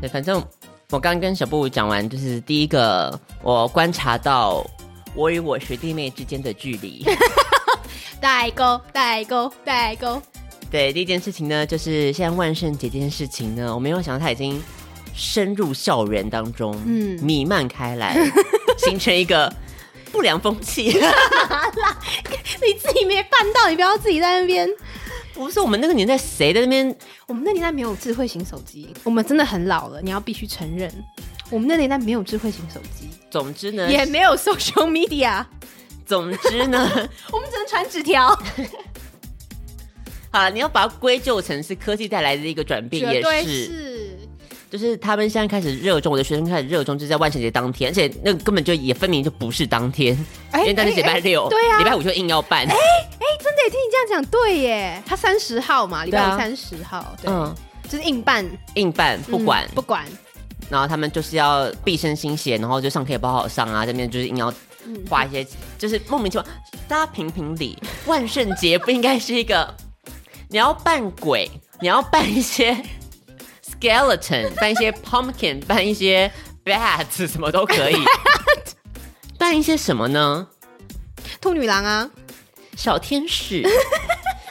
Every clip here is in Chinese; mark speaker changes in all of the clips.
Speaker 1: 对，反正我刚跟小布讲完，就是第一个，我观察到我与我学弟妹之间的距 离。
Speaker 2: 代沟，代沟，代沟。
Speaker 1: 对，第一件事情呢，就是现在万圣节这件事情呢，我没有想到它已经深入校园当中，嗯，
Speaker 2: 嗯
Speaker 1: 弥漫开 来，形成一个不良风气。
Speaker 2: 你自己没办到，你不要自己在那边。
Speaker 1: 不是我们那个年代谁在那边？
Speaker 2: 我们那年代没有智慧型手机，我们真的很老了，你要必须承认，我们那年代没有智慧型手机，
Speaker 1: 总之呢，
Speaker 2: 也没有 social media，
Speaker 1: 总之 呢，
Speaker 2: 我们只能传纸条。
Speaker 1: 啊，你要把它归咎成是科技带来的一个转变，
Speaker 2: 绝
Speaker 1: 也
Speaker 2: 对
Speaker 1: 是，
Speaker 2: 是。
Speaker 1: 就是他们现在开始热衷，我的学生开始热衷，就是在万圣节当天，而且那个根本就也分明就不是当天，
Speaker 2: 哎
Speaker 1: 因为当天
Speaker 2: 哎
Speaker 1: 礼拜
Speaker 2: 哎
Speaker 1: 六，
Speaker 2: 对啊
Speaker 1: 礼拜五就硬要办，
Speaker 2: 哎、真的耶听你这样讲，对耶，他三十号嘛，礼
Speaker 1: 对
Speaker 2: 拜
Speaker 1: 啊
Speaker 2: 五三十号，对，
Speaker 1: 嗯，
Speaker 2: 就是硬办，
Speaker 1: 硬办不
Speaker 2: 嗯
Speaker 1: 管，
Speaker 2: 不管，
Speaker 1: 然后他们就是要毕生心血，然后就上课也不好好上啊，这边就是硬要花一些，
Speaker 2: 嗯
Speaker 1: 就是莫名其妙。大家评评理，万圣节不应该是一 个你要扮鬼，你要扮一些 skeleton，扮一 些 pumpkin，扮一些 bat，什么都可以。扮一些什么呢？
Speaker 2: 兔女郎啊，
Speaker 1: 小天 使，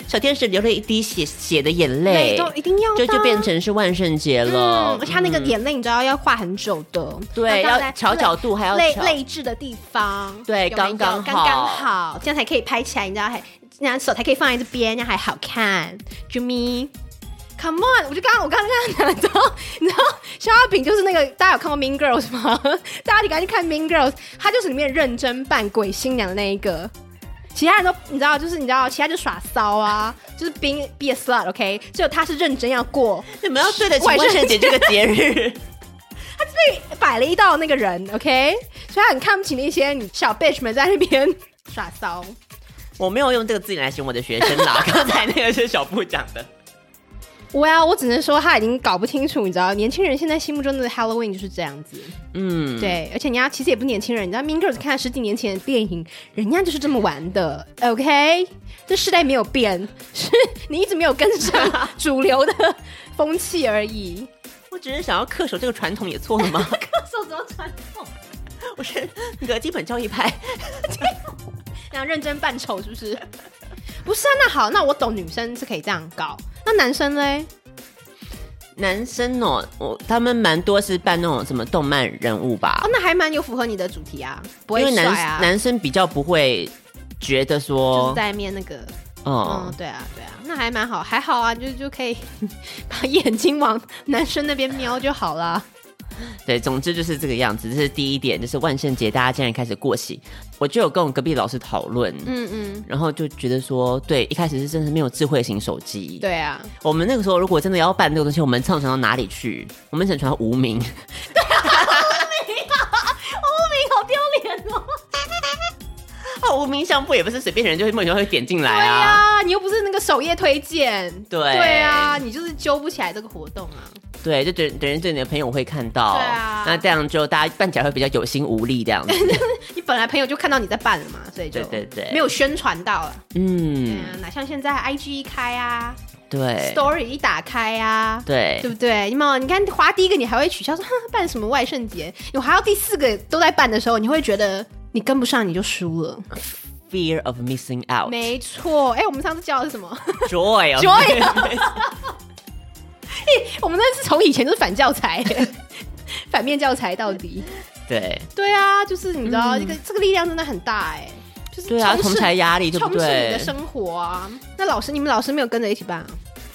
Speaker 1: 小天使流了一滴血血的眼
Speaker 2: 对，
Speaker 1: 泪，
Speaker 2: 都一定要的
Speaker 1: 就
Speaker 2: 啊，
Speaker 1: 就变成是万圣节了。
Speaker 2: 嗯，而且他那个眼泪你知道要画很久的，
Speaker 1: 对，
Speaker 2: 那放
Speaker 1: 要
Speaker 2: 在
Speaker 1: 调角度，还要
Speaker 2: 泪
Speaker 1: 调
Speaker 2: 泪痣的地方，
Speaker 1: 对
Speaker 2: 有没有
Speaker 1: 刚刚好
Speaker 2: 刚刚好，这样才可以拍起来，你知道还这样手才可以放在这边，这样还好看。Jimmy。Come on！我就刚刚我刚刚拿到，你知道肖亚饼就是那个大家有看过《Mean Girls》吗？大家你赶紧看《Mean Girls》，他就是里面认真扮鬼新娘的那一个。其他人都你知道，就是你知道，其他就耍骚啊，就是 be be a slut，OK？、只有他是认真要过，
Speaker 1: 嗯你们要对得起
Speaker 2: 万
Speaker 1: 万
Speaker 2: 圣
Speaker 1: 圣节这个节日，
Speaker 2: 摆了一道那个人，OK，所以他很看不起那些你小 bitch 们在那 边耍骚。
Speaker 1: 我没有用这个字眼来形容我的学生 啦。刚才那个是小布讲的，
Speaker 2: 我呀，我只能说他已经搞不清楚，你知道，年轻人现在心目中的 Halloween 就是这样子。
Speaker 1: 嗯，
Speaker 2: 对，而且人家其实也不是年轻人，你知道 Mean Girls 看十几年前的电影，人家就是这么玩的，OK？这世代没有变， 是你一直没有跟上主流的风气而 已。
Speaker 1: 我只是想要恪守这个传统，也错了 吗？
Speaker 2: 手怎么传 统？
Speaker 1: 我是那个基本教育派，
Speaker 2: 然后认真扮丑是不是？不是啊，那好，那我懂女生是可以这样搞，那男生嘞？
Speaker 1: 男生哦，我他们蛮多是扮那种什么动漫人物吧
Speaker 2: 哦，，那还蛮有符合你的主题啊，不会
Speaker 1: 因为
Speaker 2: 帅
Speaker 1: 男
Speaker 2: 啊，
Speaker 1: 男哦生比较不会觉得
Speaker 2: 就是
Speaker 1: 说，
Speaker 2: 在面那个，嗯
Speaker 1: 嗯，，
Speaker 2: 对啊，对啊，那还蛮好，还好啊，就就可以 把眼睛往男生那边瞄就好啦。
Speaker 1: 对，总之就是这个样子。这是第一点，就是万圣节大家竟然开始过喜，我就有跟我隔壁老师讨论，
Speaker 2: 嗯嗯，
Speaker 1: 然后就觉得说，对，一开始是真的没有智慧型手机，
Speaker 2: 对啊，
Speaker 1: 我们那个时候如果真的要办这个东西，我们上传到哪里去？我们只能传到无 名。
Speaker 2: 啊好丢脸哦。
Speaker 1: 啊，无名相簿也不是随便人就会莫名其妙会点进
Speaker 2: 对
Speaker 1: 来啊。
Speaker 2: 啊，你又不是那个首页推荐，
Speaker 1: 对
Speaker 2: 对啊，你就是揪不起来这个活动啊。
Speaker 1: 对，就等等于对你的朋友会看到。
Speaker 2: 对啊
Speaker 1: 那这样就大家办起来会比较有心无力这 样子。
Speaker 2: 你本来朋友就看到你在办了嘛，所以就
Speaker 1: 对对对
Speaker 2: 没有宣传到了。
Speaker 1: 嗯，
Speaker 2: 嗯，哪像现在 IG 一开啊
Speaker 1: 对
Speaker 2: ，Story 一打开啊，
Speaker 1: 对
Speaker 2: 对不对？你们你看划第一个，你还会取笑说哼 办什么万圣节，你划到第四个都在办的时候，你会觉得你跟不上，你就输了。
Speaker 1: ，fear of missing out，
Speaker 2: 没错，哎、我们上次教的是什么？
Speaker 1: joy of
Speaker 2: Joy我们那是从以前就是反教材， 反面教材到底。
Speaker 1: 对
Speaker 2: 对啊，就是你知道、这个这个力量真的很大哎、就是
Speaker 1: 嗯对啊，
Speaker 2: 充
Speaker 1: 同
Speaker 2: 斥
Speaker 1: 才压力对
Speaker 2: 充
Speaker 1: 不
Speaker 2: 斥你的
Speaker 1: 对？
Speaker 2: 生活啊。那老师，你们老师没有跟着一起办啊？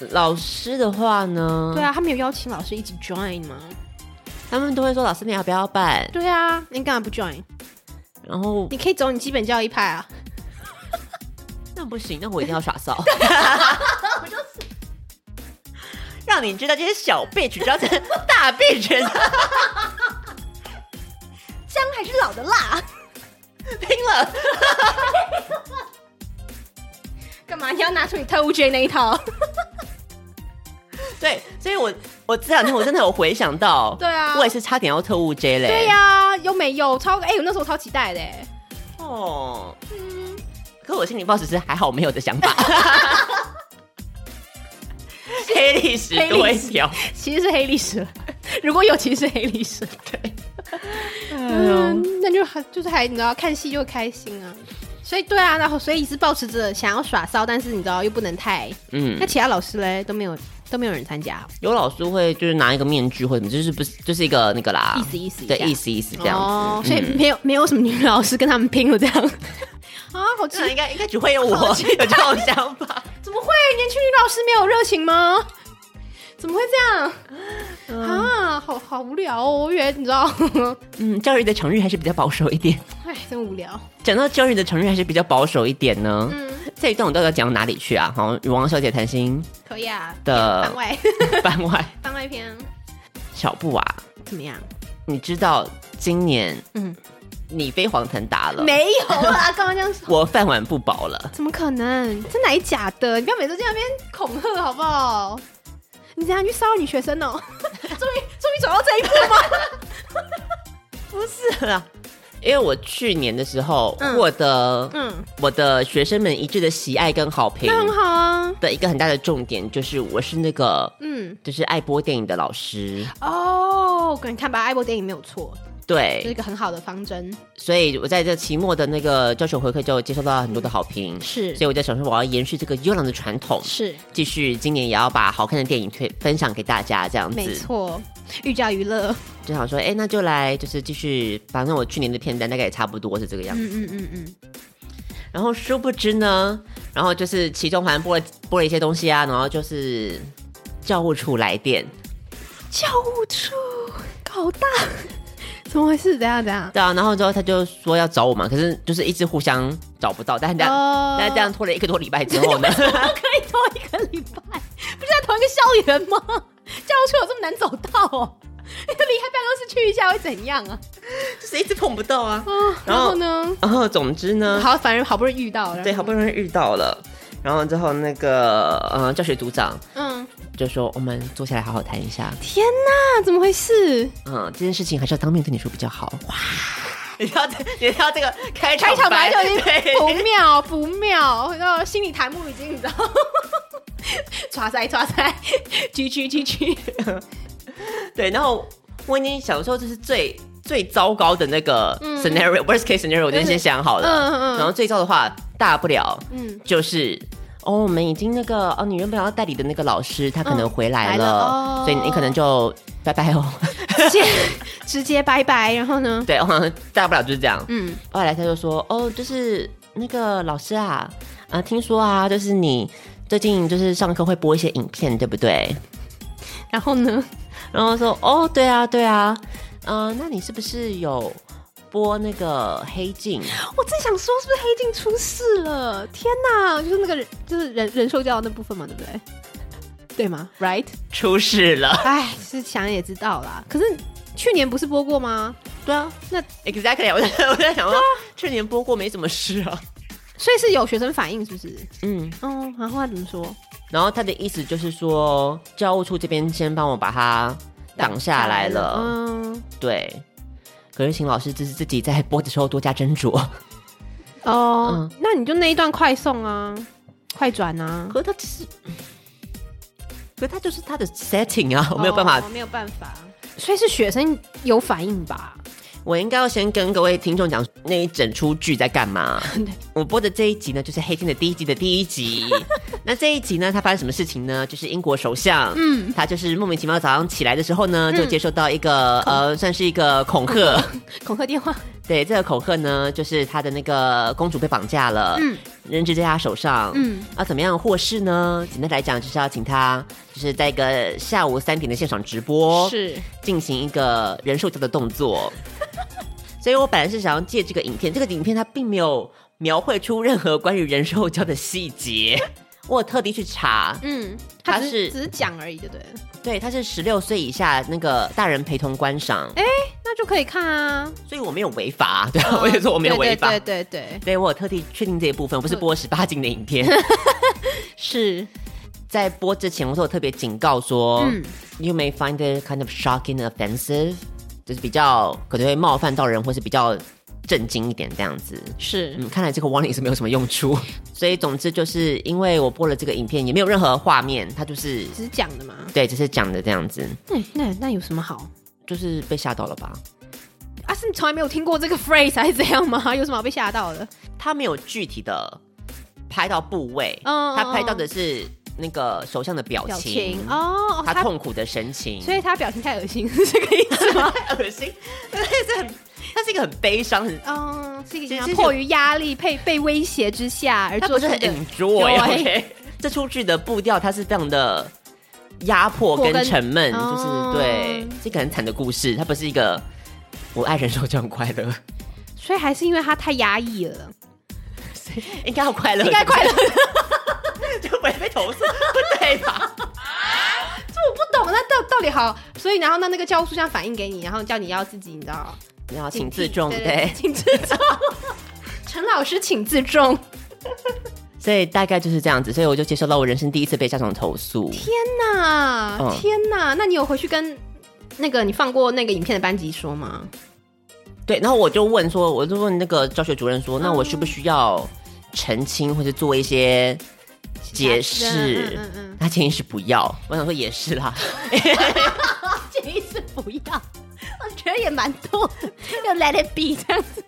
Speaker 1: 老师的话呢，
Speaker 2: 对啊，他没有邀请老师一起 join 吗？
Speaker 1: 他们都会说老师你要不要办？
Speaker 2: 对啊，你干嘛不 join？
Speaker 1: 然后
Speaker 2: 你可以走你基本教育派啊。
Speaker 1: 那不行，那我一定要耍 骚。让你知道这些小 bitch 知道这些大 bitch
Speaker 2: 姜还是老的辣，
Speaker 1: 拼了。
Speaker 2: 干嘛？你要拿出你特务 J 那一套？
Speaker 1: 对，所以我我这两天我真的有回想到，
Speaker 2: 对啊
Speaker 1: 我也是差点要特务 J 嘞。
Speaker 2: 对、呀、又没有超哎、我那时候超期待的、哎
Speaker 1: 哦，可我心里抱持是还好没有的想 法。黑历史
Speaker 2: 黑历史
Speaker 1: 多一条，
Speaker 2: 其实是黑历史了， 如果有，其实是黑历史。
Speaker 1: 对，哎啊
Speaker 2: 嗯，那就还就是还你知道看戏就开心啊。所以对啊，然后所以一直保持着想要耍骚，但是你知道又不能太。
Speaker 1: 嗯
Speaker 2: 那，其他老师嘞都没有都没有人参加，
Speaker 1: 有老师会就是拿一个面具或者什么，就是不是就是一个那个啦，
Speaker 2: 意思意思一
Speaker 1: 对，
Speaker 2: 下
Speaker 1: 意思意思这样子。嗯
Speaker 2: 哦，所以没有、没有什么女老师跟他们拼了这样。 啊，好奇
Speaker 1: 这样嗯应该应该只会有我有这种想 法。
Speaker 2: 怎么会？年轻女老师没有热情吗？怎么会这样？啊，好好无聊哦！我以为你知道，
Speaker 1: 嗯，教育的成日还是比较保守一点。
Speaker 2: 哎，真无聊。
Speaker 1: 讲到教育的成日还是比较保守一点呢。
Speaker 2: 嗯
Speaker 1: 这一段我到底要讲到哪里去啊？好，与王小姐谈心
Speaker 2: 可以啊，番
Speaker 1: 的
Speaker 2: 外
Speaker 1: 番外
Speaker 2: 番外篇
Speaker 1: 小布啊，
Speaker 2: 怎么样？
Speaker 1: 你知道今年
Speaker 2: 嗯
Speaker 1: 嗯你飞黄腾达了，
Speaker 2: 没有啦，干嘛这样说？
Speaker 1: 我饭碗不保了。
Speaker 2: 怎么可能？真哪假的？你不要每次在那边恐吓好不好？你怎样去骚扰女学生哦？ 终于终于走到这一步了 吗？
Speaker 1: 不是啦，因为我去年的时候
Speaker 2: 啊嗯
Speaker 1: 获得
Speaker 2: 嗯，
Speaker 1: 我的学生们一致的喜爱跟好评
Speaker 2: 那很好啊。
Speaker 1: 的一个很大的重点，就是我是那个
Speaker 2: 嗯，
Speaker 1: 就是爱播电影的老师，
Speaker 2: 哦，你看吧，爱播电影没有错，这是一
Speaker 1: 对，
Speaker 2: 个很好的方针。
Speaker 1: 所以我在这期末的那个教学回馈就接收到很多的好评，
Speaker 2: 是
Speaker 1: 所以我在想说我要延续这个优良的传统，
Speaker 2: 是，
Speaker 1: 继续今年也要把好看的电影推分享给大家，这样
Speaker 2: 没
Speaker 1: 子，
Speaker 2: 错，寓教于乐。
Speaker 1: 就想说，哎、那就来就是继续，反正我去年的片单大概也差不多是这个样子，
Speaker 2: 嗯嗯嗯嗯，
Speaker 1: 然后殊不知呢，然后就是其中好像播了播了一些东西啊，然后就是教务处来电，
Speaker 2: 教务处搞大，怎么回事？怎样怎样？
Speaker 1: 对啊，然后之后他就说要找我嘛，可是就是一直互相找不到，但是这样，
Speaker 2: 哦
Speaker 1: 但是这样拖了一个多礼拜之后呢，
Speaker 2: 可以多一个礼拜，不是在同一个校园吗？教务处有这么难走到哦？离开办公室去一下会怎样啊？
Speaker 1: 就是一直碰不到啊。
Speaker 2: 然后嗯呢？
Speaker 1: 然后总之呢，
Speaker 2: 好，反正好不容易遇到了。
Speaker 1: 对，，好不容易遇到了，然后之后那个呃教学组长
Speaker 2: 嗯，
Speaker 1: 就说我们坐下来好好谈一下，
Speaker 2: 天哪，怎么回事？
Speaker 1: 嗯，这件事情还是要当面跟你说比较好。哇， 你知道这你知道这个开
Speaker 2: 开场白就已
Speaker 1: 对
Speaker 2: 经不妙 不妙，然后心理弹幕已经你知道， 抓塞抓塞， 狙狙狙狙，
Speaker 1: 对，然后我已经想说这是最最糟糕的那个 scenario、worst case scenario，我已经先想好了。
Speaker 2: 嗯嗯
Speaker 1: 然后最糟的话，大不了
Speaker 2: 嗯，
Speaker 1: 就是。哦，我们已经那个哦，你原本要代理的那个老师，他可能回嗯来
Speaker 2: 来
Speaker 1: 了，
Speaker 2: 了哦
Speaker 1: 所以你可能就拜拜哦。
Speaker 2: 直接 直接拜拜，然后呢？
Speaker 1: 对，哦大不了就是这样。
Speaker 2: 嗯，
Speaker 1: 后来他就说，哦，就是那个老师啊，啊，听说啊，就是你最近就是上课会播一些影片，对不对？
Speaker 2: 然后呢？
Speaker 1: 然后说哦，对啊，对啊，嗯、那你是不是有播那个黑镜？
Speaker 2: 我正想说，是不是黑镜出事了？天哪，就是那个人，就是人人兽交的那部分嘛，对不对？对吗？Right？
Speaker 1: 出事了。
Speaker 2: 哎，是想也知道啦。可是去年不是播过吗？
Speaker 1: 对啊，
Speaker 2: 那
Speaker 1: exactly，我在我在想说，去年播过没什么事啊。
Speaker 2: 所以是有学生反映，是不是？
Speaker 1: 嗯，
Speaker 2: 嗯，然后他怎么说？
Speaker 1: 然后他的意思就是说，教务处这边先帮我把它挡下来了。
Speaker 2: 嗯，
Speaker 1: 对。可是请老师就是自己在播的时候多加斟酌。
Speaker 2: 哦，那你就那一段快送啊，快转啊，
Speaker 1: 可是他其实，可是他就是他的 setting 啊，我没有办法
Speaker 2: 哦没有办法。所以是学生有反应 吧？
Speaker 1: 我应该要先跟各位听众讲那一整出剧在干嘛。我播的这一集呢，就是《黑镜》的第一集的第一 集。那这一集呢，它发生什么事情呢？就是英国首相，嗯，他就是莫名其妙早上起来的时候呢，就接收到一个、呃，算是一个恐吓。
Speaker 2: 恐吓电话，
Speaker 1: 对，这个恐吓呢，就是他的那个公主被绑架了，嗯，人质在他手上，
Speaker 2: 嗯
Speaker 1: 嗯，要怎么样获释呢？简单来讲，就是要请他就是在一个下午三点的现场直播，
Speaker 2: 是
Speaker 1: 进行一个人兽交的动作。 所以我本来是想要借这个影片，这个影片它并没有描绘出任何关于人兽交的细 节。我有特地去查，
Speaker 2: 嗯，
Speaker 1: 他
Speaker 2: 他只
Speaker 1: 是
Speaker 2: 只是讲而已，对不对了？
Speaker 1: 对，它是十六岁以下那个大人陪同观赏，
Speaker 2: 那就可以看啊。
Speaker 1: 所以我没有违法，对，我也说我没有违法。
Speaker 2: 对对对对
Speaker 1: 对我有特地确定这一部分，不
Speaker 2: 嗯
Speaker 1: 是播十八禁的影 片。
Speaker 2: 是
Speaker 1: 在播之前，我说我特别警告说、
Speaker 2: 嗯
Speaker 1: y o u may find it kind of shocking and offensive，就是比较可能会冒犯到人，或是比较震惊一点这样子。
Speaker 2: 是
Speaker 1: 嗯，看来这个 warning 是没有什么用 处。所以总之就是因为我播了这个影片，也没有任何画面，它就是
Speaker 2: 只是讲的嘛。
Speaker 1: 对，只是讲的这样子，
Speaker 2: 那那那有什么好？
Speaker 1: 就是被吓到了吧？
Speaker 2: 啊，是你从来没有听过这个 phrase 还是怎样吗？ 有什么好被吓到的？
Speaker 1: 他没有具体的拍到部位，
Speaker 2: 嗯
Speaker 1: 他拍到的是那个首相的表
Speaker 2: 表
Speaker 1: 情，
Speaker 2: 情哦，哦
Speaker 1: 他
Speaker 2: 他
Speaker 1: 痛苦的神情，
Speaker 2: 所以他表情太恶心， 是这个意思吗？
Speaker 1: 太恶 心，这很，他是一个很悲伤，很
Speaker 2: 嗯，是一
Speaker 1: 其实
Speaker 2: 个人
Speaker 1: 是
Speaker 2: 迫于压力、被被威胁之下而
Speaker 1: 他
Speaker 2: 做
Speaker 1: 不是
Speaker 2: 出
Speaker 1: 很
Speaker 2: 的
Speaker 1: enjoy。
Speaker 2: 对
Speaker 1: OK，这 出剧的步调它是非常的压迫
Speaker 2: 迫
Speaker 1: 跟
Speaker 2: 跟
Speaker 1: 沉闷，就
Speaker 2: 哦
Speaker 1: 是对，是一个很惨的故事，它不是一个。我爱人说就很快乐，
Speaker 2: 所以还是因为他太压抑了，
Speaker 1: 应该要快乐，
Speaker 2: 应该快乐。
Speaker 1: 就不会被投诉，不对吧？
Speaker 2: 这我不懂，那到到底好？所以然后那那个教务处这样反映给你，然后叫你要自己，你知道，
Speaker 1: 你 要请
Speaker 2: 警惕
Speaker 1: 自重，
Speaker 2: 对
Speaker 1: 对，
Speaker 2: 请自 重。陈老师，请自重！
Speaker 1: 所以大概就是这样子，所以我就接收到我人生第一次被家长投诉。
Speaker 2: 天哪，
Speaker 1: 嗯
Speaker 2: 天哪！那你有回去跟那个你放过那个影片的班级说吗？
Speaker 1: 对，然后我就问说，我就问那个教学主任说，那我需不需要澄清或者做一些解释？
Speaker 2: 嗯嗯嗯
Speaker 1: 他建议是不要，我想说也是 啦，
Speaker 2: 建议是哦不要， 我觉得也蛮多，就 Let it be 这样子，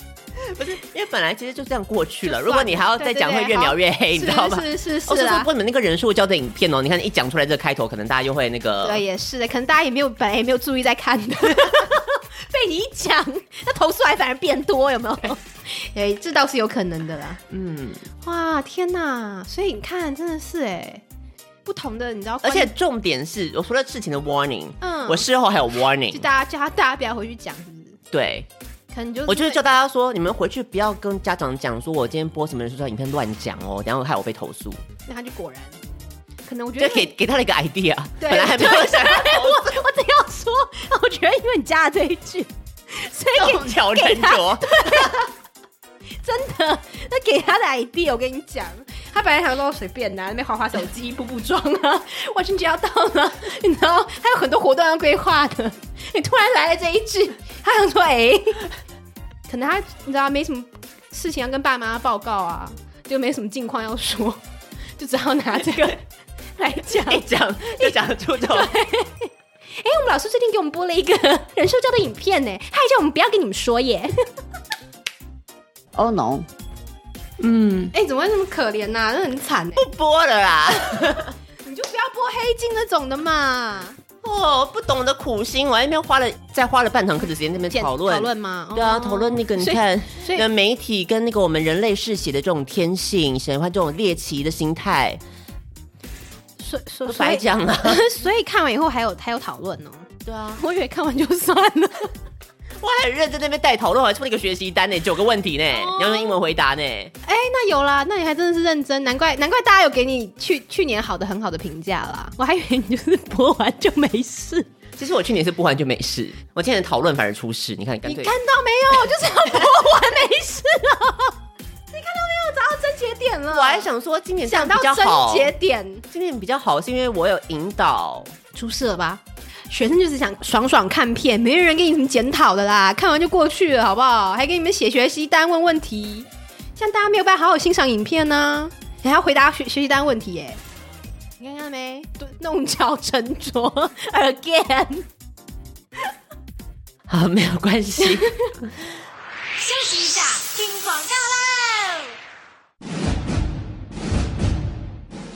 Speaker 1: 不是因为本来其实就这样过去了，
Speaker 2: 就算了
Speaker 1: 如果你还要再讲，
Speaker 2: 对
Speaker 1: 会
Speaker 2: 对对
Speaker 1: 越描越黑，哎你知道吧？
Speaker 2: 是是啊是
Speaker 1: 哦，
Speaker 2: 是
Speaker 1: 这是
Speaker 2: 啦
Speaker 1: 不。你们那个人数教的影片哦，你看一讲出来这个开头，可能大家又会那个
Speaker 2: 对，也是的，可能大家也没有本来也没有注意在看的， 被你一讲，那投诉还反而变多，有没 有？哎，这倒是有可能的啦。
Speaker 1: 嗯，
Speaker 2: 哇，天哪！所以你看，真的是哎，不同的，你知道，
Speaker 1: 而且
Speaker 2: 观
Speaker 1: 重点是我除了事情的 warning，
Speaker 2: 嗯
Speaker 1: 我事后还有
Speaker 2: 念就
Speaker 1: warning，
Speaker 2: 大家叫他大家不要回去讲，是不是？
Speaker 1: 对，
Speaker 2: 可能就是
Speaker 1: 我就是叫大家说，你们回去不要跟家长讲说，我今天播什么人数教影片乱讲哦，然后害我被投诉，
Speaker 2: 那他就果然，可能我觉
Speaker 1: 就
Speaker 2: 得
Speaker 1: 给给他了一个 idea，
Speaker 2: 对
Speaker 1: 本来还没有想 要
Speaker 2: 我我只要说，我觉得因为你加了这一句，所以给
Speaker 1: 弄巧成拙，
Speaker 2: 真的，那给他的 idea，我跟你讲，他本来想说随便拿、那边滑滑手机、补补妆啊， 万圣节要到了，你知道还有很多活动要规划的，你突然来了这一句，他想说，哎、可能他你知道没什么事情要跟爸妈报告啊，就没什么近况要说， 就只好拿这 个来讲。
Speaker 1: 一讲就讲出这种，
Speaker 2: 哎、我们老师最近给我们播了一个 人兽交的影片呢，他还叫我们不要跟你们说耶。
Speaker 3: Oh no！嗯，
Speaker 2: 哎、怎么会那么可怜呐、那很惨哎，
Speaker 1: 不播了啦。
Speaker 2: 你就不要播黑镜那种的嘛，
Speaker 1: 哦，不懂得苦心，我还那边花了再花了半堂课的时间在那边
Speaker 2: 检
Speaker 1: 讨论
Speaker 2: 讨论嘛，
Speaker 1: 对啊，
Speaker 2: 哦
Speaker 1: 讨论那个你
Speaker 2: 所以
Speaker 1: 看，
Speaker 2: 所以
Speaker 1: 那媒体跟那个我们人类嗜血的这种天性，喜欢这种猎奇的心态，
Speaker 2: 所所
Speaker 1: 都
Speaker 2: 所
Speaker 1: 白
Speaker 2: 以
Speaker 1: 讲了。
Speaker 2: 所以看完以后还有还有讨论哦，
Speaker 1: 对啊，
Speaker 2: 我以为看完就算了，
Speaker 1: 我还很认真在那边带讨论，我还出了一个学习单呢，九个问题呢，
Speaker 2: 哦
Speaker 1: 你要用英文回答呢。
Speaker 2: 哎、那有啦，那你还真的是认真，难怪难怪大家有给你去去年好的很好的评价啦，我还以为你就是播完就没事，
Speaker 1: 其实我去年是不完就没事，我今年讨论反而出事。你看，干
Speaker 2: 你
Speaker 1: 脆
Speaker 2: 看到没有， 我就是要播完没事哦， 你看到没有，找到症结点了，
Speaker 1: 我还想说今年这样
Speaker 2: 想
Speaker 1: 比
Speaker 2: 到
Speaker 1: 较
Speaker 2: 症
Speaker 1: 好，
Speaker 2: 结点。
Speaker 1: 今年比较好是因为我有引导，
Speaker 2: 出事了吧？学生就是想爽爽看片，没有人给你什么检讨的啦，看完就过去了，好不好？还给你们写学习单、问问题，像大家没有办法好好欣赏影片呢、你还要回答学学习单问题耶、你看看没？对弄巧成拙 again。
Speaker 1: 啊，没有关系。
Speaker 4: 休息一下，听广告喽。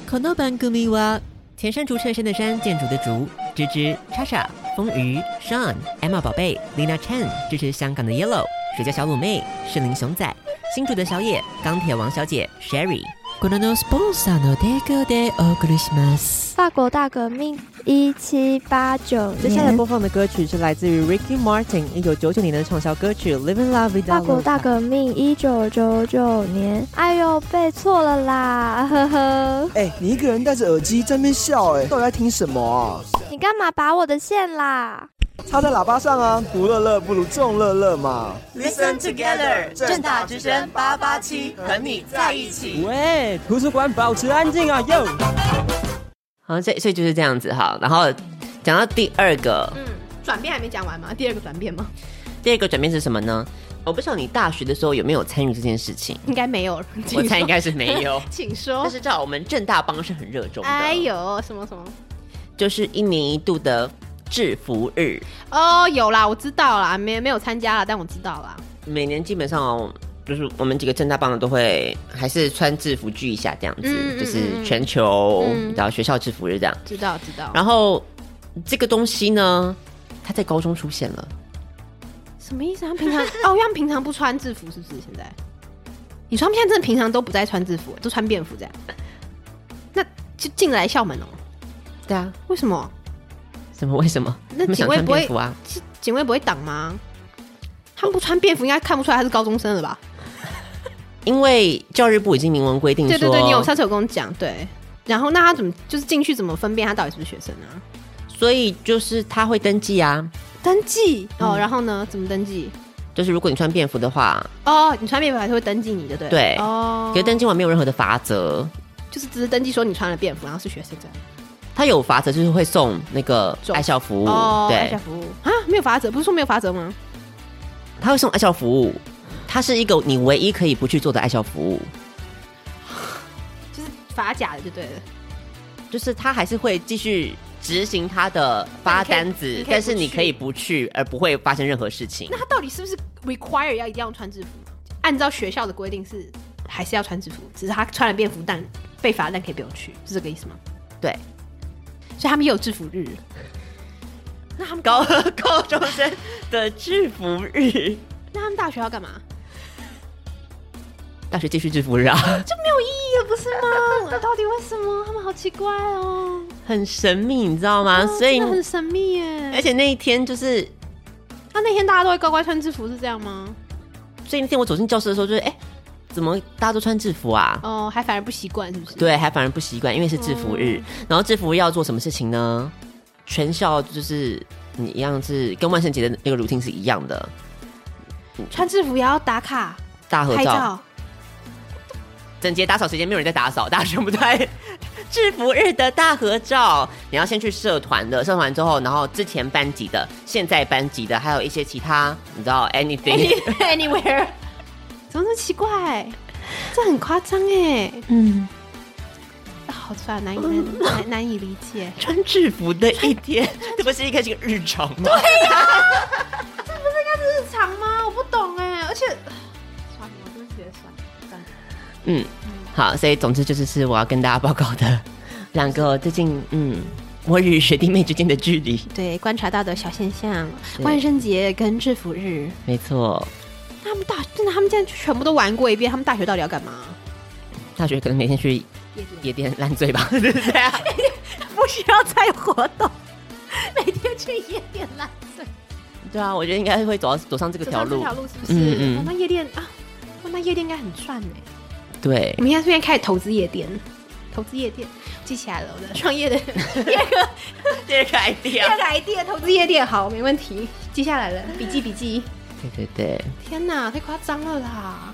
Speaker 1: この番組は前山竹衬衫的山，建筑的竹，芝芝、叉叉、风鱼、Sean、Emma 宝贝、Lina Chen，支持香港的 Yellow、水饺小卤妹、士林熊仔、新竹的小野、钢铁王小姐 Sherry。
Speaker 5: このスポンサーの提供でお送りします。
Speaker 6: 法国大革命一七八九
Speaker 7: 接下来
Speaker 6: 年，
Speaker 7: 播放的歌曲是来自于 Ricky Martin 一九九九年的畅销歌曲《Living La Vida Loca》。
Speaker 6: 法国大革命一九九九年。哎呦，背错了啦，呵呵。
Speaker 8: 哎、你一个人戴着耳机在那边笑、哎，到底在听什么啊？
Speaker 6: 你干嘛拔我的线啦？
Speaker 8: 插在喇叭上啊！不乐乐不如众乐乐嘛。
Speaker 9: Listen together，正大之声八八七，和你在一起。
Speaker 3: 喂，图书馆保持安静啊哟！
Speaker 1: 好，所以所以就是这样子哈。然后讲到第二个，
Speaker 2: 嗯，转变还没讲完吗？第二个转变吗？
Speaker 1: 第二个转变是什么呢？我不知道你大学的时候有没有参与这件事情，
Speaker 2: 应该没有，
Speaker 1: 我
Speaker 2: 我。
Speaker 1: 猜应，该是没有
Speaker 2: 请说
Speaker 1: 但。是至少我们正大帮是很热衷的，
Speaker 2: 哎呦，什么什么？
Speaker 1: 就是一年一度的制服日，
Speaker 2: 哦，有啦，我知道啦，没没有参加啦，但我知道啦。
Speaker 1: 每年基本上哦就是我们几个正大帮的都会还是穿制服聚一下这样子，
Speaker 2: 嗯嗯
Speaker 1: 就是全球
Speaker 2: 嗯
Speaker 1: 然后学校制服日这样。
Speaker 2: 知道知道。
Speaker 1: 然后这个东西呢，它在高中出现了。
Speaker 2: 什么意思？他们平常 哦，因为他们平常不穿制服，是不是？现在你说他们现在真的平常都不再穿制服，都穿便服这样？那就进来校门哦？
Speaker 1: 对啊，
Speaker 2: 为什么？
Speaker 1: 什么为什么？
Speaker 2: 那
Speaker 1: 他们
Speaker 2: 警
Speaker 1: 想
Speaker 2: 卫
Speaker 1: 穿
Speaker 2: 不会
Speaker 1: 便服啊？
Speaker 2: 是警卫不会挡吗？他们不穿便服，应该看不出来他是高中生了吧？
Speaker 1: 因为教育部已经明文规定说，
Speaker 2: 对对对，你有上次有跟我讲对。然后那他怎么就是进去怎么分辨他到底是不是学生啊？
Speaker 1: 所以就是他会登记啊。
Speaker 2: 登记
Speaker 1: 嗯
Speaker 2: 哦，然后呢？怎么登记？
Speaker 1: 就是如果你穿便服的话，
Speaker 2: 哦，你穿便服还是会登记你的对？
Speaker 1: 对
Speaker 2: 哦
Speaker 1: 可，是登记完没有任何的罚则，
Speaker 2: 就是只是登记说你穿了便服，然后是学生这样。
Speaker 1: 他有罚则就是会送那个爱校服务，
Speaker 2: 哦，爱
Speaker 1: 对
Speaker 2: 校，服务啊，没有法则，不是说没有法则吗？
Speaker 1: 他会送爱校服务，它是一个你唯一可以不去做的爱校服务，
Speaker 2: 就是法甲的就对了。
Speaker 1: 就是他还是会继续执行他的发单
Speaker 2: 但你可
Speaker 1: 子但
Speaker 2: 以你可以不去，
Speaker 1: 是你可以不去，而不会发生任何事情
Speaker 2: 那。他到底是不是 require 要一定要穿制服？按照学校的规定是还是要穿制服，只是他穿了便服但被罚，但可以不用去，是这个意思吗？
Speaker 1: 对，
Speaker 2: 所以他们也有制服日。那他们
Speaker 1: 高 高中生的制服日，
Speaker 2: 那他们大学要干嘛？
Speaker 1: 大学继续制服日啊，
Speaker 2: 这没有意义了，不是吗？到底为什么？他们好奇怪哦，
Speaker 1: 很神秘，你知道吗？
Speaker 2: 哦
Speaker 1: 啊所以哎
Speaker 2: 真，的很神秘
Speaker 1: 而
Speaker 2: 耶。
Speaker 1: 且那一天就是，
Speaker 2: 那那天大家都会乖乖穿制服，是这样吗？
Speaker 1: 所以那天我走进教室的时候，就是哎、怎么大家都穿制服啊？
Speaker 2: 哦，还反而不习惯，是不是？
Speaker 1: 对，还反而不习惯，因为是制服日。然后制服日要做什么事情呢？全校就是你一样是跟万圣节的那个 routine 是一样的，
Speaker 2: 穿制服也要打卡
Speaker 1: 大合
Speaker 2: 拍
Speaker 1: 照，
Speaker 2: 照。
Speaker 1: 整节打扫时间没有人在打扫，大家全部都在 制服日的大合照。你要先去社团的，社团之后，然后之前班级的、现在班级的，还有一些其他，你知道 anything。
Speaker 2: anywhere，怎么那么奇怪？这很夸张哎，
Speaker 5: 嗯，
Speaker 2: 啊好算难以难难难以理解，
Speaker 1: 穿制服的一天， 这不是应该是个日常吗？
Speaker 2: 日常吗？我不懂哎，而且算了，我就觉得算了。算了
Speaker 1: 嗯，好，所以总之就是是我要跟大家报告的 两个最近嗯，我与学弟妹之间的距离，
Speaker 2: 对，观察到的小现象，
Speaker 1: 对
Speaker 2: 万圣节跟制服日，
Speaker 1: 没错，
Speaker 2: 那他们大真的他们现在全部都玩过一遍，他们大学到底要干嘛？
Speaker 1: 大学可能每天去夜店烂醉吧， 对不对啊？
Speaker 2: 不需要再活动， 每天去夜店烂醉，
Speaker 1: 对啊，我觉得应该会走到走上这个
Speaker 2: 走
Speaker 1: 条
Speaker 2: 上这
Speaker 1: 路
Speaker 2: 条，路是不是？
Speaker 1: 嗯嗯
Speaker 2: 哦那夜店啊，哦那夜店应该很赚哎。
Speaker 1: 对
Speaker 2: 我，们现在这边开始投资夜店，投资夜店，记起来了，我的创业的第二个
Speaker 1: 第二个 idea，
Speaker 2: 第二个 idea，投资夜店，好，没问题，记下来了，笔记笔记。
Speaker 1: 对对对，
Speaker 2: 天哪，太夸张了啦！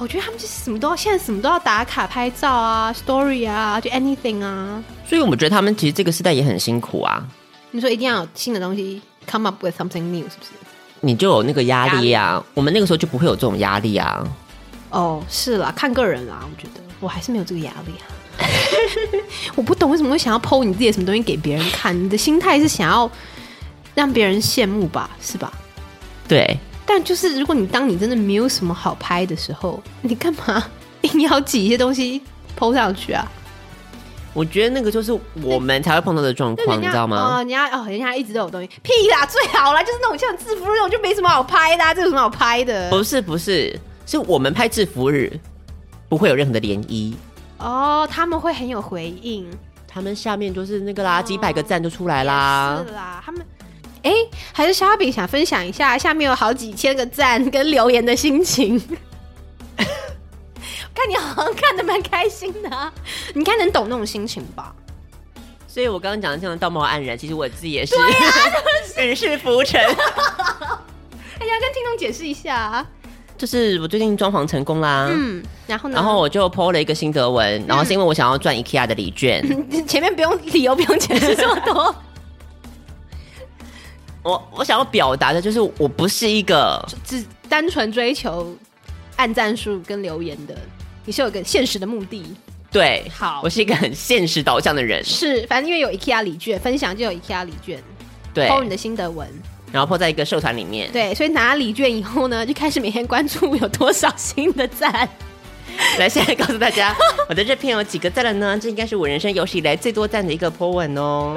Speaker 2: 我觉得他们就是什么都要，现在什么都要打卡拍照啊，story 啊，就 anything 啊。
Speaker 1: 所以我们觉得他们其实这个时代也很辛苦啊，
Speaker 2: 你说一定要有新的东西 come up with something new，是不是？
Speaker 1: 你就有那个压力啊，我们那个时候就不会有这种压力啊，
Speaker 2: 哦，是啦，看个人啦，我觉得我还是没有这个压力啊。 我不懂为什么会想要剖你自己的什么东西给别人看，你的心态是想要让别人羡慕吧，是吧？
Speaker 1: 对，
Speaker 2: 但就是如果你当你真的没有什么好拍的时候，你干嘛 硬要挤一些东西剖上去啊？
Speaker 1: 我觉得那个就是我们才会碰到的状
Speaker 2: 那
Speaker 1: 况，你知道吗？
Speaker 2: 哦，人家哦，人家一直都有东西，屁啦，最好啦，就是那种像制服那种就没什么好拍的、啊，这有什么好拍的？
Speaker 1: 不是不是，是我们拍制服日不会有任何的涟漪，
Speaker 2: 哦，他们会很有回应。
Speaker 1: 他们下面就是那个啦，几百个赞就出来啦
Speaker 2: 哦是。啦，他们。哎，还是小饼想分享一下，下面有好几千个赞跟留言的心情。 看你好像看的蛮开心的、啊，你应该能懂那种心情吧？
Speaker 1: 所以我刚刚讲的这样的道貌岸然，其实我自己也是
Speaker 2: 啊
Speaker 1: 云世浮沉。
Speaker 2: 哎，你要跟听众解释一下、啊。
Speaker 1: 就是我最近装潢成功啦，
Speaker 2: 嗯，然后呢？
Speaker 1: 然后我就 PO 了一个心得文，然后是因为我想要赚 IKEA 的
Speaker 2: 嗯
Speaker 1: 礼券，
Speaker 2: 前面不用理由，不用解释这么多。
Speaker 1: 我我想要表达的就是，我不是一个
Speaker 2: 只单纯追求按赞数跟留言的，你是有个现实的目的。
Speaker 1: 对，
Speaker 2: 好
Speaker 1: 我是一个很现实导向的人，
Speaker 2: 是，反正因为有 IKEA 礼券分享，就有 IKEA 礼券，
Speaker 1: 对，
Speaker 2: 抛你的心得文。
Speaker 1: 然后破在一个社团里面，
Speaker 2: 对，所以拿礼券以后呢，就开始每天关注有多少新的赞。
Speaker 1: 来，现在告诉大家，我的这篇有几个赞了呢？这应该是我人生有史以来最多赞的一个 po 文哦。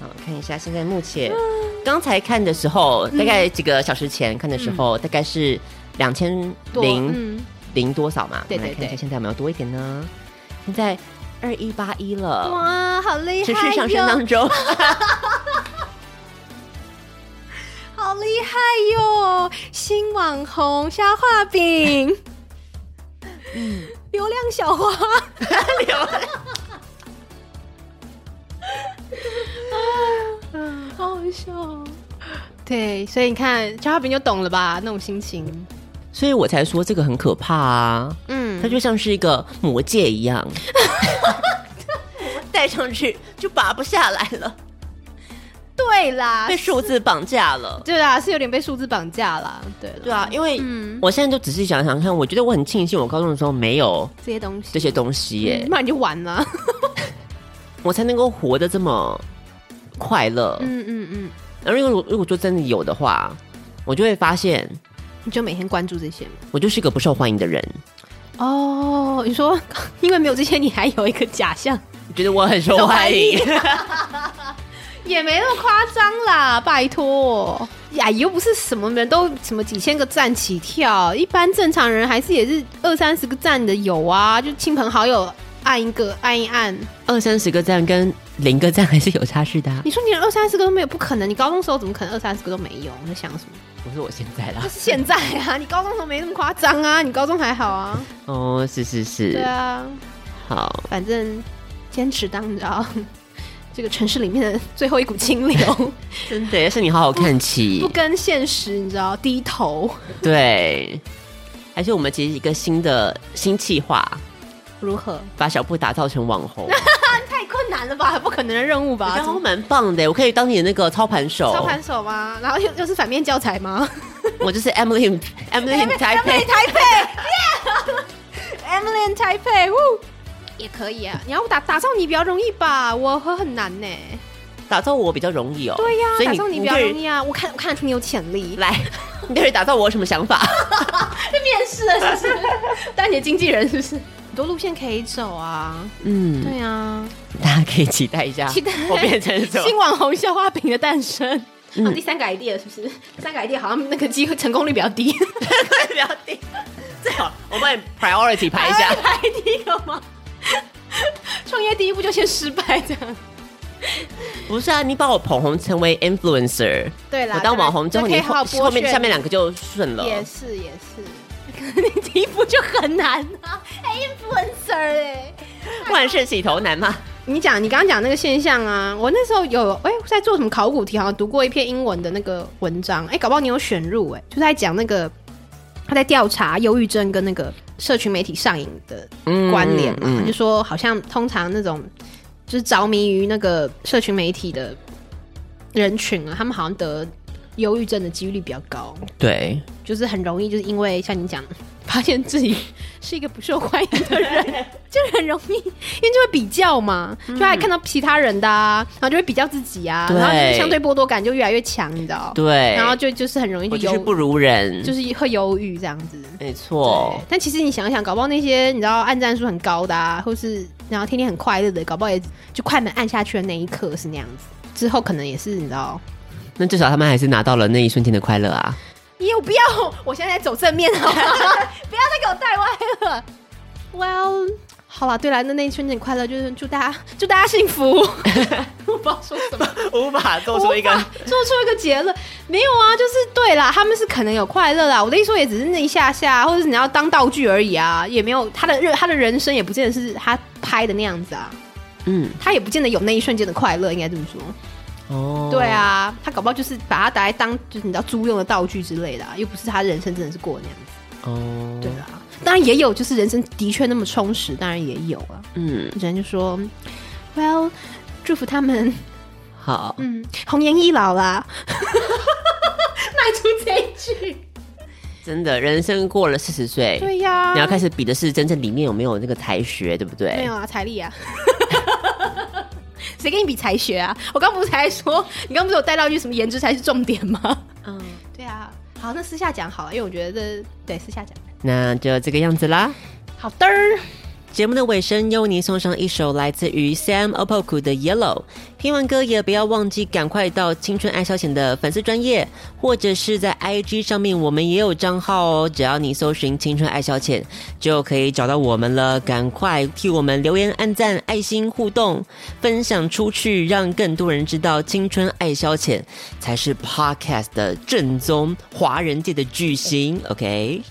Speaker 1: 好，看一下现在目前，刚才看的时候，大概几个小时前看的时候，大概是两千
Speaker 2: 多
Speaker 1: 零
Speaker 2: 嗯，
Speaker 1: 零多少嘛？
Speaker 2: 对
Speaker 1: 我
Speaker 2: 对
Speaker 1: 们来看一下
Speaker 2: 对
Speaker 1: 现在有没有多一点呢？现在二一八一
Speaker 2: 呃
Speaker 1: 了，
Speaker 2: 哇，好厉害
Speaker 1: 持
Speaker 2: 哟！
Speaker 1: 续上升当中。
Speaker 2: 好厉害哟！新网红消化饼， 流量小花，好好笑哦。对，所以你看消化饼就懂了吧？那种心情，
Speaker 1: 所以我才说这个很可怕啊，
Speaker 2: 嗯
Speaker 1: 它，就像是一个魔戒一样，戴上去就拔不下来了，
Speaker 2: 对啦
Speaker 1: 被，数字绑架了。
Speaker 2: 对啦，是有点被数字绑架啦，对了，
Speaker 1: 对啊，因为
Speaker 2: 嗯，
Speaker 1: 我现在就仔细想想看，我觉得我很庆幸我高中的时候没有
Speaker 2: 这些东西，
Speaker 1: 这些东西耶，
Speaker 2: 嗯不然你就完了。
Speaker 1: 我才能够活得这么快乐。
Speaker 2: 嗯嗯嗯，
Speaker 1: 然后如果如果说真的有的话，我就会发现
Speaker 2: 你就每天关注这些嘛。
Speaker 1: 我就是一个不受欢迎的人，
Speaker 2: 哦，你说因为没有这些，你还有一个假象。
Speaker 1: 觉得我很受欢迎。
Speaker 2: 也没那么夸张啦，拜托。呀，又不是什么人都什么几千个赞起跳，一般正常人还是也是二三十个赞的有啊，就亲朋好友按一个按一按。
Speaker 1: 二三十个赞跟零个赞还是有差距的、啊。
Speaker 2: 你说你连二三十个都没有，不可能！你高中时候怎么可能二三十个都没有？你在想什么？
Speaker 1: 不是我现在啦
Speaker 2: 那，是现在啊，你高中时候没那么夸张啊，你高中还好啊。
Speaker 1: 哦，是是是，
Speaker 2: 对啊，
Speaker 1: 好，
Speaker 2: 反正坚持当你知道 这个城市里面的最后一股清 流，
Speaker 1: 真的是你好好看齐
Speaker 2: 不，跟现实你知道低头。
Speaker 1: 对。还是我们其实一个新的新企划，
Speaker 2: 如何？
Speaker 1: 把小布打造成网红，
Speaker 2: 太困难了吧，不可能的任务吧？
Speaker 1: 然后蛮棒的，我可以当你的那个操盘手，
Speaker 2: 操盘手吗？然后又又是反面教材吗
Speaker 1: 我就是 Emily in- Emily in
Speaker 2: 哎？Emily
Speaker 1: Taipei，
Speaker 2: 台北，Emily in Taipei，呜也可以啊。你要打打造你比较容易吧，我和很难呢、
Speaker 1: 打造我比较容易哦。
Speaker 2: 对呀、
Speaker 1: 所以
Speaker 2: 打造你比较
Speaker 1: 对于
Speaker 2: 容易啊。我看我看得出你有潜力，
Speaker 1: 来，你对于打造我有什么想法？
Speaker 2: 去 面试了是不 是？当你的经纪人是不是？很多路线可以走啊，啊
Speaker 1: 嗯，
Speaker 2: 对啊，
Speaker 1: 大家可以期待一下，
Speaker 2: 期待
Speaker 1: 我变成什
Speaker 2: 新
Speaker 1: 么？
Speaker 2: 网红校花饼的诞生。啊，第三个 idea 是不是？第三个 idea 好像那个机会成功率比较低。
Speaker 1: 不要 定，最好我帮你 priority 排一下。
Speaker 2: 排第一个吗？创业第一步就先失败这样。
Speaker 1: 不是啊，你把我捧红成为 influencer，
Speaker 2: 对啦，
Speaker 1: 我当网红之后，
Speaker 2: 就可
Speaker 1: 你
Speaker 2: 以好
Speaker 1: 后
Speaker 2: 好
Speaker 1: 后面下面
Speaker 2: 两
Speaker 1: 两个就顺了。
Speaker 2: 也是也是，可能第一步就很难啊，哎，influencer 哎。
Speaker 1: 万事起头难嘛。
Speaker 2: 你讲你刚刚讲那个现象啊，我那时候有哎、在做什么考古题，好像读过一篇英文的那个文章，哎、搞不好你有选入哎、就在讲那个他在调查忧郁症跟那个社群媒体上瘾的
Speaker 1: 嗯
Speaker 2: 关联嘛，
Speaker 1: 嗯
Speaker 2: 就说好像通常那种就是着迷于那个社群媒体的人群啊，他们好像得忧郁症的几率比较高，
Speaker 1: 对，
Speaker 2: 就是很容易就是因为像你讲，发现自己是一个不受欢迎 的人，就很容易，因为就会比较嘛，就还看到其他人的、啊，然后就会比较自己啊，
Speaker 1: 嗯对
Speaker 2: 然后就是相对剥夺感就越来越强，你知道？
Speaker 1: 对
Speaker 2: 然后就就是很容易就
Speaker 1: 我就是
Speaker 2: 忧，
Speaker 1: 不如人，
Speaker 2: 就是会忧郁这样子。
Speaker 1: 没错
Speaker 2: 对，但其实你想想，搞不好那些你知道按赞数很高的啊，或是然后天天很快乐的，搞不好也就快门按下去的那一刻是那样子，之后可能也是你知道。
Speaker 1: 那至少他们还是拿到了那一瞬间的快乐啊。
Speaker 2: 你有必要？我现在在走正面 好吗？不要再给我带歪了。Well，好了，对了，那那一瞬间快乐，就是祝大家祝大家幸福。 我不知道说什 么，
Speaker 1: 无法做
Speaker 2: 无法做出一个结论。没有啊，就是对啦，他们是可能有快乐啦。我的意思说，也只是那一下下，或者是你要当道具而已啊，也没有他的人他的人生也不见得是他拍的那样子啊，
Speaker 1: 嗯，
Speaker 2: 他也不见得有那一瞬间的快乐，应该这么说。
Speaker 1: 哦，
Speaker 2: 对，啊，他搞不好就是把它拿来当就是你知道租用的道具之类的、啊，又不是他人生真的是过那样子。
Speaker 1: 哦，
Speaker 2: 对啊，当然也有就是人生的确那么充实，当然也有啊。
Speaker 1: 嗯，
Speaker 2: 人就说，Well，祝福他们
Speaker 1: 好，
Speaker 2: 嗯，红颜易老啊啦， 卖出这一句。
Speaker 1: 真的，人生过了四十岁，
Speaker 2: 对呀
Speaker 1: 你要开始比的是真正里面有没有那个才学，对不对？
Speaker 2: 没有啊，财力啊。 谁跟你比才学啊？我刚不是才说，你刚不是有带到一句什么颜值才是重点吗？嗯，对啊。好，那私下讲好了，因为我觉得对私下讲。
Speaker 1: 那就这个样子啦。
Speaker 2: 好的儿，
Speaker 7: 节目的尾声，优尼送上一首来自于 Sam Opoku 的《Yellow》。听完歌也不要忘记赶快到青春爱消遣的粉丝专业，或者是在 IG 上面，我们也有账号哦。只要你搜寻“青春爱消遣”，就可以找到我们了。赶快替我们留言、按赞、爱心互动，分享出去，让更多人知道青春爱消遣才是 Podcast 的正宗华人界的巨星。OK。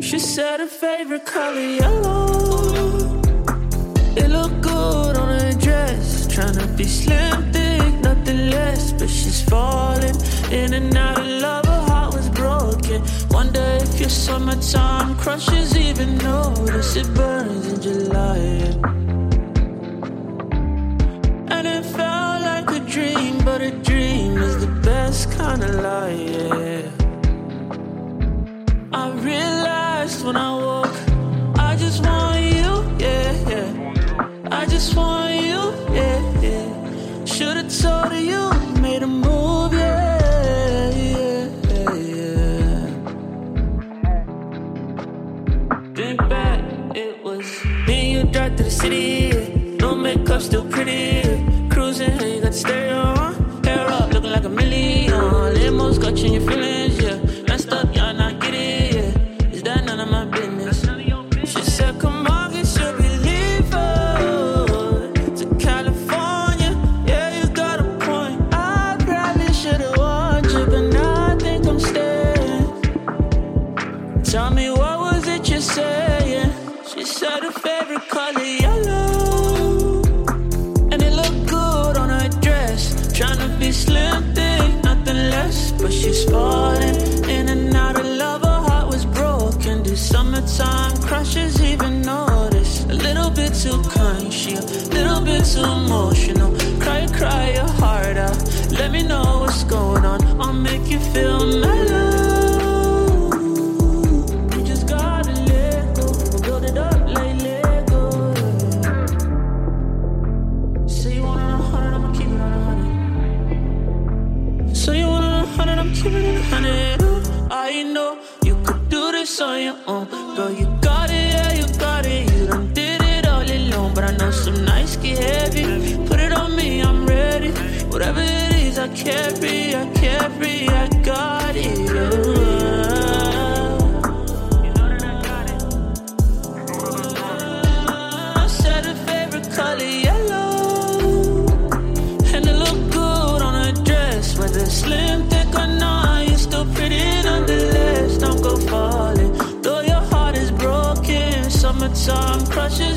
Speaker 3: She said her favorite color yellow. It looked good on her dress. Tryna be slim, thick, nothing less. But she's falling in and out of love. Her heart was broken. Wonder if your summertime crushes even notice it burns in July. yeah. And it felt like a dream, but a dream is the best kind of lie. Yeah. I realized when I walk, I just want you, yeah, yeah. I just want you, yeah, yeah. Should've told her you made a move, yeah, yeah, yeah. Think back, it was me and you drive through the city, yeah. no makeup, still pretty. yeah. Cruising, and you got the stereo on, hair up, looking like a million. Limos got you in your feelings, yeah. Messed up, y'all not get it, yeah. Is that none of my business? She said, Come on, get your believer to California. Yeah, you got a point. I probably should've warned you, but now I think I'm staying. Tell me what was it you're saying? She said her favorite color yellow, and it looked good on her dress. Tryna be slim thick, nothing less, but she's falling in and out of love. Her heart was broken. Do summertime crushes even notice? A little bit too kind, she a little bit too emotional. Cry, cry your heart out. Let me know what's going on. I'll make you feel mellow. You just gotta let go. Build it up like Lego. Say you want it on a hundred, I'ma keep it on a hundred. Say you want it on a hundred, I'm keeping it on a hundred. Ooh, I know you could do this on your own, girl. You got it, yeah, you got it. You done did it all alone, but I know some nights get heavy. Put it on me, I'm ready. Whatever it is, I carry, I carry, I got it. yeah. I said her favorite color yellow, and it looked good on her dress. Whether slim, thick or not, you're still pretty nonetheless. Don't go falling, though your heart is broken. Summertime crushes